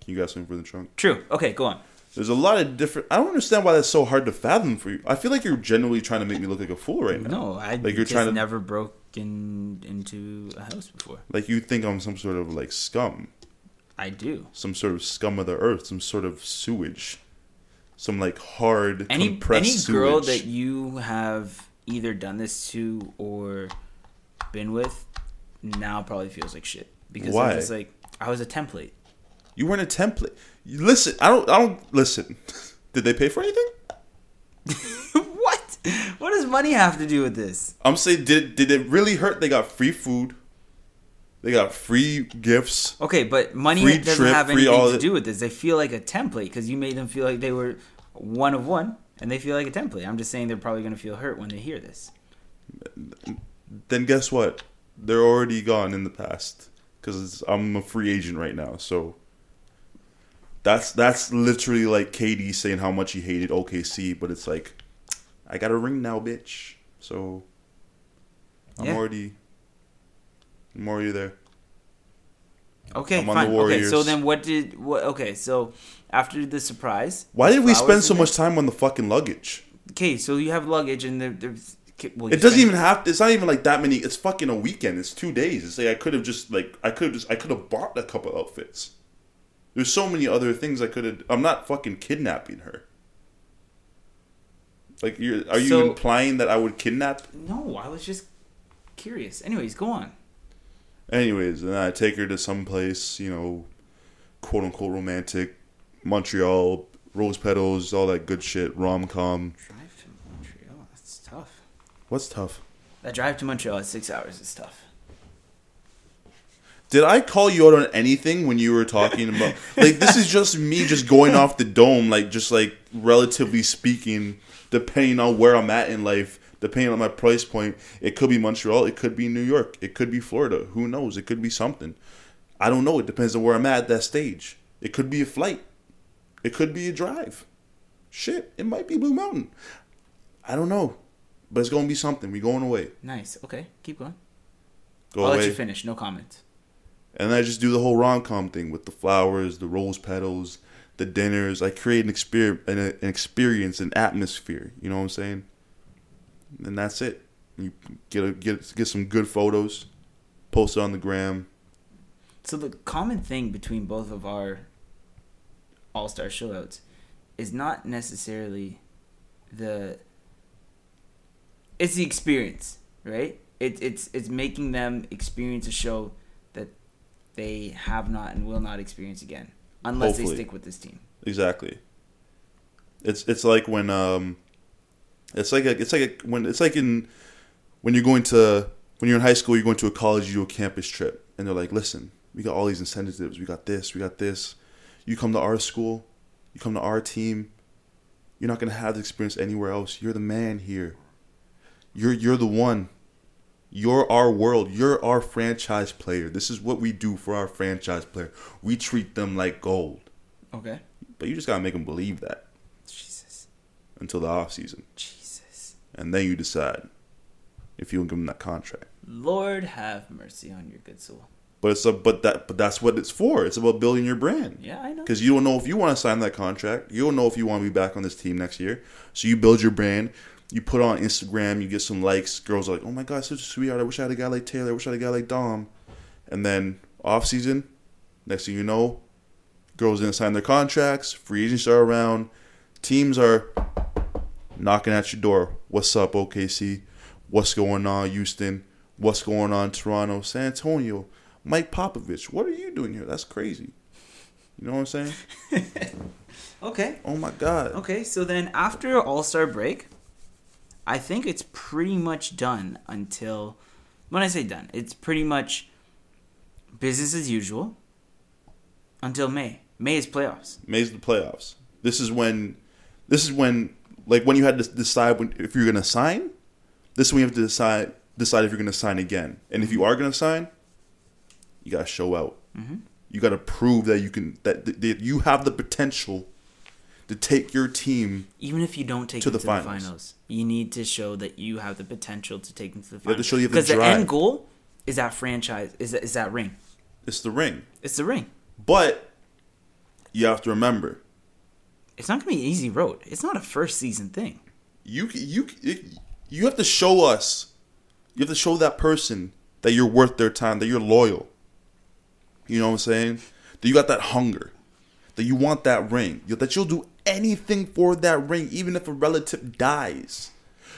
A: Can you got something for the trunk?
B: True. Okay, go on.
A: There's a lot of different. I don't understand why that's so hard to fathom for you. I feel like you're generally trying to make me look like a fool right now.
B: No, I
A: Like, you're
B: just
A: trying to-
B: never broken into a house before.
A: Like you think I'm some sort of like scum,
B: I do.
A: some sort of scum of the earth, some sort of sewage, some like hard
B: Any
A: compressed
B: any girl
A: sewage.
B: that you have either done this to or been with now probably feels like shit because
A: Why?
B: I'm just like I was a template. [LAUGHS]
A: you weren't a template. You- listen, I don't. I don't listen. [LAUGHS] Did they pay for anything?
B: what? What does money have to do with this?
A: I'm saying, did did it really hurt? They got free food. They got free gifts.
B: Okay, but money
A: Free
B: doesn't
A: trip,
B: have
A: free
B: anything
A: all
B: to
A: that-
B: do with this. They feel like a template because you made them feel like they were one of one, and they feel like a template. I'm just saying they're probably going to feel hurt when they hear this.
A: Then guess what? They're already gone in the past because I'm a free agent right now. So that's that's literally like KD saying how much he hated OKC, but it's like I got a ring now, bitch. So I'm
B: Yeah.
A: already More you there?
B: Okay,
A: I'm on the
B: fine. Okay, so
A: Warriors.
B: then what did what? Okay, so after the surprise,
A: Why did we
B: flowers
A: spend so
B: and
A: much time on the fucking luggage?
B: Okay, so you have luggage and there, there's. okay, Well, you
A: It doesn't
B: spend-
A: even have. To, it's not even like that many. It's fucking a weekend. It's two days. It's like I could have just like I could have just I could have bought a couple outfits. There's so many other things I could have. I'm not fucking kidnapping her. Like you're, are you
B: So-
A: implying that I would kidnap?
B: No, I was just curious. Anyways, go on.
A: Anyways, and I take her to some place, you know, quote unquote romantic, Montreal, rose petals, all that good shit, rom com.
B: Drive to Montreal. That's tough.
A: What's tough?
B: That drive to Montreal is six hours. Is tough.
A: Did I call you out on anything when you were talking about like this is just me just going off the dome, like just like relatively speaking, depending on where I'm at in life, depending on my price point, it could be Montreal, it could be New York, it could be Florida, who knows? It could be something. I don't know, it depends on where I'm at, at that stage. It could be a flight. It could be a drive. Shit, it might be Blue Mountain. I don't know. But it's gonna be something. We going away.
B: Nice. Okay, keep going.
A: Go
B: I'll
A: away.
B: let you finish. No comments.
A: And I just do the whole rom com thing with the flowers, the rose petals, the dinners. I create an, exper- an, an experience, an atmosphere. You know what I'm saying? And that's it. You get a, get get some good photos, post it on the gram.
B: So the common thing between both of our all-star showouts is not necessarily the it's the experience, right? It, it's it's making them experience a show that they have not and will not experience again unless they
A: Hopefully.
B: stick with this team.
A: Exactly. It's it's like when um, it's like a, it's like a, when it's like in when you're going to when you're in high school, you're going to a college, you do a campus trip, and they're like, listen, we got all these incentives, we got this, we got this. You come to our school, you come to our team, you're not gonna have the experience anywhere else. You're the man here. You're you're the one. You're our world. You're our franchise player. This is what we do for our franchise player. We treat them like gold.
B: Okay.
A: But you just gotta make them believe that
B: Jesus.
A: until the off season,
B: Jesus.
A: and then you decide if you will give them that contract.
B: Lord have mercy on your good soul.
A: But it's a, but that but that's what it's for. It's about building your brand
B: Yeah, I know.
A: because you don't know if you want to sign that contract. You don't know if you want to be back on this team next year. So you build your brand. You put on Instagram. You get some likes. Girls are like, "Oh my god, such a sweetheart. I wish I had a guy like Taylor. I wish I had a guy like Dom." And then off season, next thing you know, girls didn't sign their contracts. Free agents are around. Teams are knocking at your door. What's up, OKC? What's going on, Houston? What's going on, Toronto? San Antonio? Mike Popovich, what are you doing here? That's crazy. You know what I'm saying?
B: Okay.
A: Oh my God.
B: Okay, so then after All Star break, I think it's pretty much done until when I say done, it's pretty much business as usual until May. May is playoffs.
A: May's the playoffs. This is when, this is when, like when you had to decide when, if you're gonna sign. This is when you have to decide decide if you're gonna sign again, and if you are gonna sign, you gotta show out. You gotta prove that you can that, that that you have the potential to take your team.
B: Even if you don't take
A: To
B: them
A: the
B: to the
A: finals.
B: finals, you need to show that you have the potential to take them to the
A: have to
B: finals.
A: show you have the
B: because the end
A: drive.
B: goal is that franchise is that, is that ring.
A: It's the ring,
B: It's the ring.
A: but you have to remember
B: It's not going to be an easy road. It's not a first season thing.
A: you you you have to show us you have to show that person that you're worth their time that you're loyal you know what i'm saying that you got that hunger that you want that ring you- that you'll do anything for that ring even if a relative dies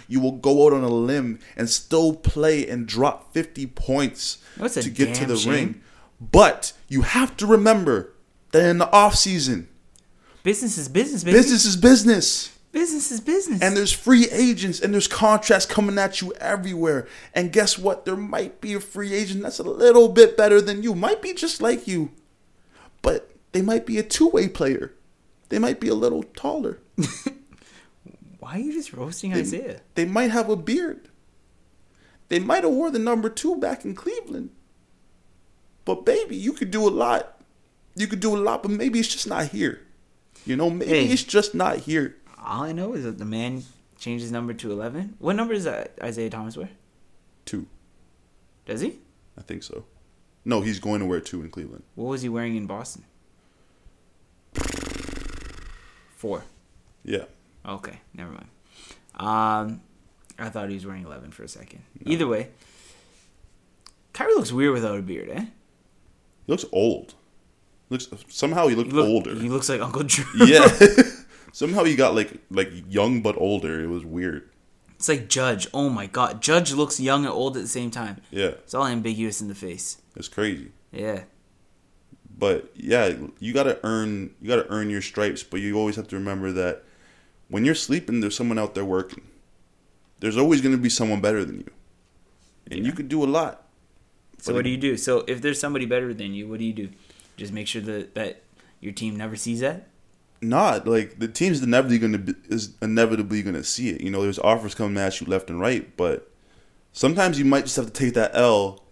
A: you will go out on a limb and still play and drop 50 points
B: That's a
A: to get to
B: damn
A: the
B: shame.
A: ring but you have to remember that in the off season
B: Business is business, baby.
A: business
B: Business,
A: is business
B: is business.
A: and there's free agents and there's contracts coming at you everywhere. And guess what? There might be a free agent that's a little bit better than you, might be just like you, but they might be a two way player. They might be a little taller.
B: Why are you just roasting Isaiah?
A: They might have a beard. They might have wore the number two back in Cleveland. But baby, you could do a lot. You could do a lot, but maybe it's just not here. You know, maybe
B: Hey.
A: it's just not here.
B: All I know is that the man changed uh, his number to 11. What number does I- Isaiah Thomas wear?
A: Two.
B: Does he?
A: I think so. No, he's going to wear two in Cleveland.
B: What was he wearing in Boston? Four.
A: Yeah.
B: Okay, never mind. Um, I thought he was wearing eleven for a second. Either way, Kyrie looks weird without a beard, eh?
A: He looks old. Looks somehow he looked
B: He look-
A: older. [LAUGHS]
B: He looks like Uncle Drew.
A: yeah.
B: [LAUGHS]
A: [LAUGHS] somehow he got like like young but older. It was weird.
B: It's like Judge. Oh my god, Judge looks young and old at the same time.
A: Yeah.
B: It's all ambiguous in the face.
A: It's crazy.
B: Yeah.
A: But yeah, you gotta earn you gotta earn your stripes, but you always have to remember that when you're sleeping, there's someone out there working. There's always gonna be someone better than you. And you could do a lot.
B: So
A: But
B: what do you
A: it-
B: do? So if there's somebody better than you, what do you do? Just make sure that that your team never sees that.
A: Not like the team's inevitably gonna be, is inevitably gonna see it. You know, there's offers coming at you left and right, but sometimes you might just have to take that L.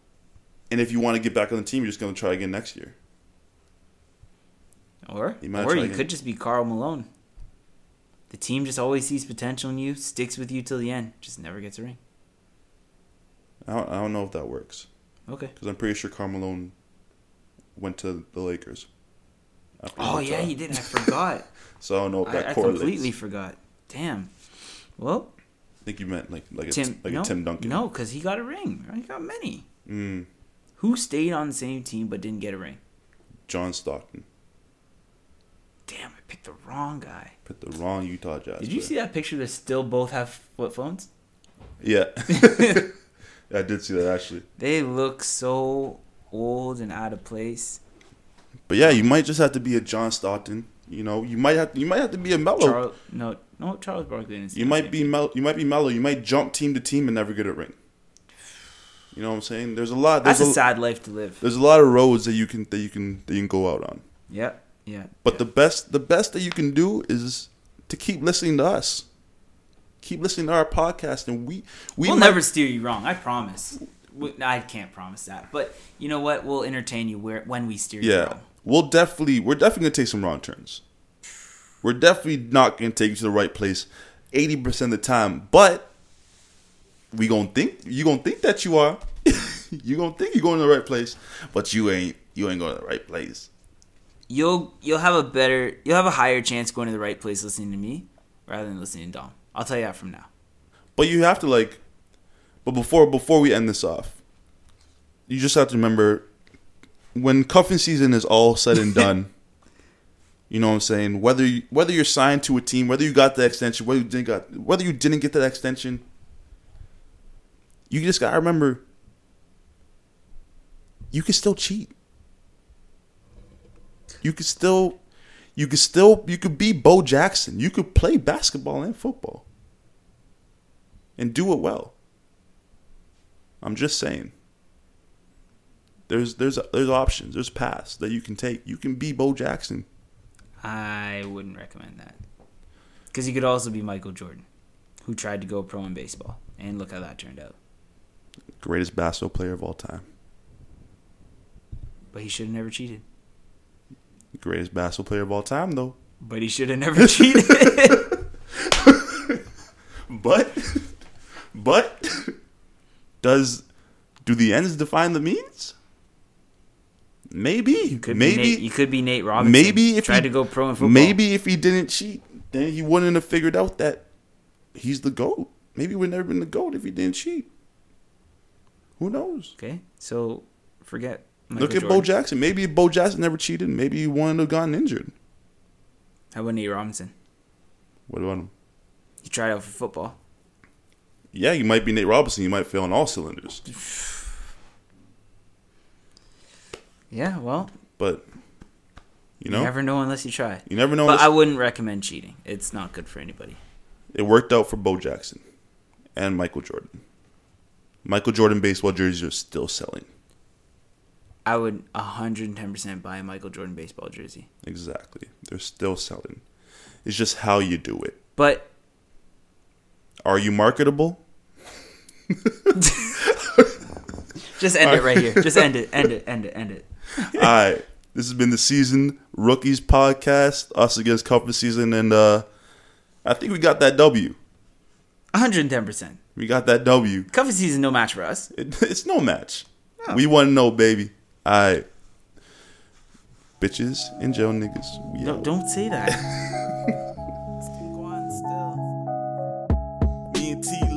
A: And if you want to get back on the team, you're just gonna try again next year.
B: Or
A: You might
B: or
A: try
B: you
A: to-
B: could just be Carl Malone. The team just always sees potential in you, sticks with you till the end, just never gets a ring.
A: I don't, I don't know if that works
B: Okay.
A: because I'm pretty sure Carmelo went to the Lakers. after
B: Oh
A: Utah.
B: yeah, he did.
A: [LAUGHS]
B: I forgot.
A: So I don't know if that
B: I, I
A: correlates.
B: completely forgot. Damn. Well,
A: I think you meant like like a
B: Tim,
A: like
B: no,
A: a Tim Duncan.
B: No, because he got a ring. He got many.
A: Mm,
B: Who stayed on the same team but didn't get a ring?
A: John Stockton
B: Damn, I picked the wrong guy.
A: put the wrong Utah Jazz.
B: Did you see that picture that still both have flip phones?
A: Yeah.
B: [LAUGHS]
A: [LAUGHS] I did see that actually.
B: They look so old and out of place.
A: But yeah, you might just have to be a John Stockton. You know, you might have you might have to be a Mellow.
B: Charles, no, no, Charles Barkley. didn't
A: you
B: stay
A: might
B: on
A: be Mel- you might be Mellow. You might jump team to team and never get a ring. You know what I'm saying? There's a lot.
B: the team.
A: There's
B: That's a
A: a,
B: sad life to live.
A: there's a lot of roads that you can that you can that you can go out on.
B: Yep. Yeah.
A: But the best the best that you can do is to keep listening to us. Keep listening to our podcast and we we
B: we will
A: might-
B: never steer you wrong. I promise. We, I can't promise that, but you know what? We'll entertain you where when we steer you
A: Yeah.
B: wrong.
A: We'll definitely we're definitely gonna take some wrong turns. We're definitely not gonna take you to the right place eighty percent of the time, but we gonna think you gonna think that you are. [LAUGHS] you gonna think you're going to the right place, but you ain't you ain't going to the right place.
B: You'll you'll have a better you'll have a higher chance going to the right place listening to me rather than listening to Dom. I'll tell you that from now.
A: But you have to like. But before before we end this off, you just have to remember when cuffing season is all said and done. you know what I'm saying? Whether you, whether you're signed to a team, whether you got the extension, whether you didn't got whether you didn't get that extension, you just gotta remember. You can still cheat. You could still, you could still, you could be Bo Jackson. You could play basketball and football and do it well. I'm just saying. There's there's there's options. There's paths that you can take. You can be Bo Jackson.
B: I wouldn't recommend that because he could also be Michael Jordan, who tried to go pro in baseball, and look how that turned out.
A: Greatest basketball player of all time.
B: But he should have never cheated.
A: Greatest basketball player of all time though.
B: But he should have
A: [LAUGHS]
B: never [LAUGHS] cheated.
A: But [LAUGHS] but [LAUGHS] does do the ends define the means? Maybe.
B: could
A: maybe
B: be Nate, you could be Nate Robinson.
A: maybe if
B: tried
A: he-
B: to go pro in football.
A: Maybe if he didn't cheat, then he wouldn't have figured out that he's the GOAT. Maybe he would never been the GOAT if he didn't cheat. Who knows?
B: okay. So forget.
A: Look at Bo
B: Jordan.
A: Jackson. Maybe if Bo Jackson never cheated, maybe he wouldn't have gotten injured.
B: How about Nate Robinson?
A: What about him?
B: He tried out for football.
A: Yeah, you might be Nate Robinson. You might fail on all cylinders.
B: Yeah, well,
A: But, you
B: you
A: know,
B: never know unless you try.
A: you never know.
B: But I
A: unless-
B: wouldn't recommend cheating. It's not good for anybody.
A: it worked out for Bo Jackson and Michael Jordan. Michael Jordan baseball jerseys are still selling.
B: I would 110% buy a Michael Jordan baseball jersey.
A: Exactly. They're still selling. It's just how you do it.
B: But
A: Are
D: [LAUGHS]
A: you marketable?
B: just end it right here. Just end it. End it. End it. End it.
A: All right. This has been the season rookies podcast, us against Cup season, and uh, I think we got that W.
B: 110%.
A: We got that W.
B: Cuffing season, no match for us.
A: It, [LAUGHS] it's no match. We want to know, baby. All right. Bitches and jail niggas. We
B: No,
A: out.
B: don't say that.
D: Me and T